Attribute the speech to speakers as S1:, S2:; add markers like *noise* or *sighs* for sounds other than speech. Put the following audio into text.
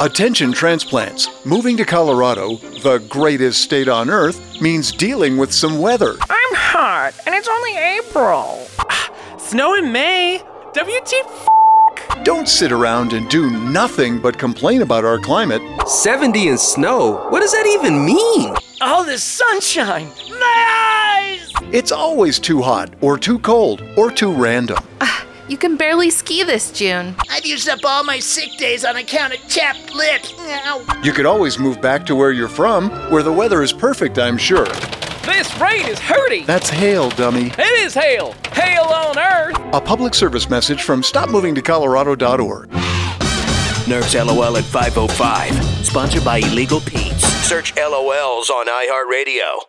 S1: Attention transplants. Moving to Colorado, the greatest state on earth, means dealing with some weather.
S2: I'm hot, and it's only April.
S3: *sighs* Snow in May. WTF?
S1: Don't sit around and do nothing but complain about our climate.
S4: 70 and snow? What does that even mean?
S2: All this sunshine. My eyes!
S1: It's always too hot, or too cold, or too random.
S5: You can barely ski this June.
S6: I've used up all my sick days on account of chapped lips. Ow.
S1: You could always move back to where you're from, where the weather is perfect, I'm sure.
S3: This rain is hurting.
S1: That's hail, dummy.
S3: It is hail. Hail on earth.
S1: A public service message from StopMovingToColorado.org.
S7: Nerf's LOL at 505. Sponsored by Illegal Pete's. Search LOLs on iHeartRadio.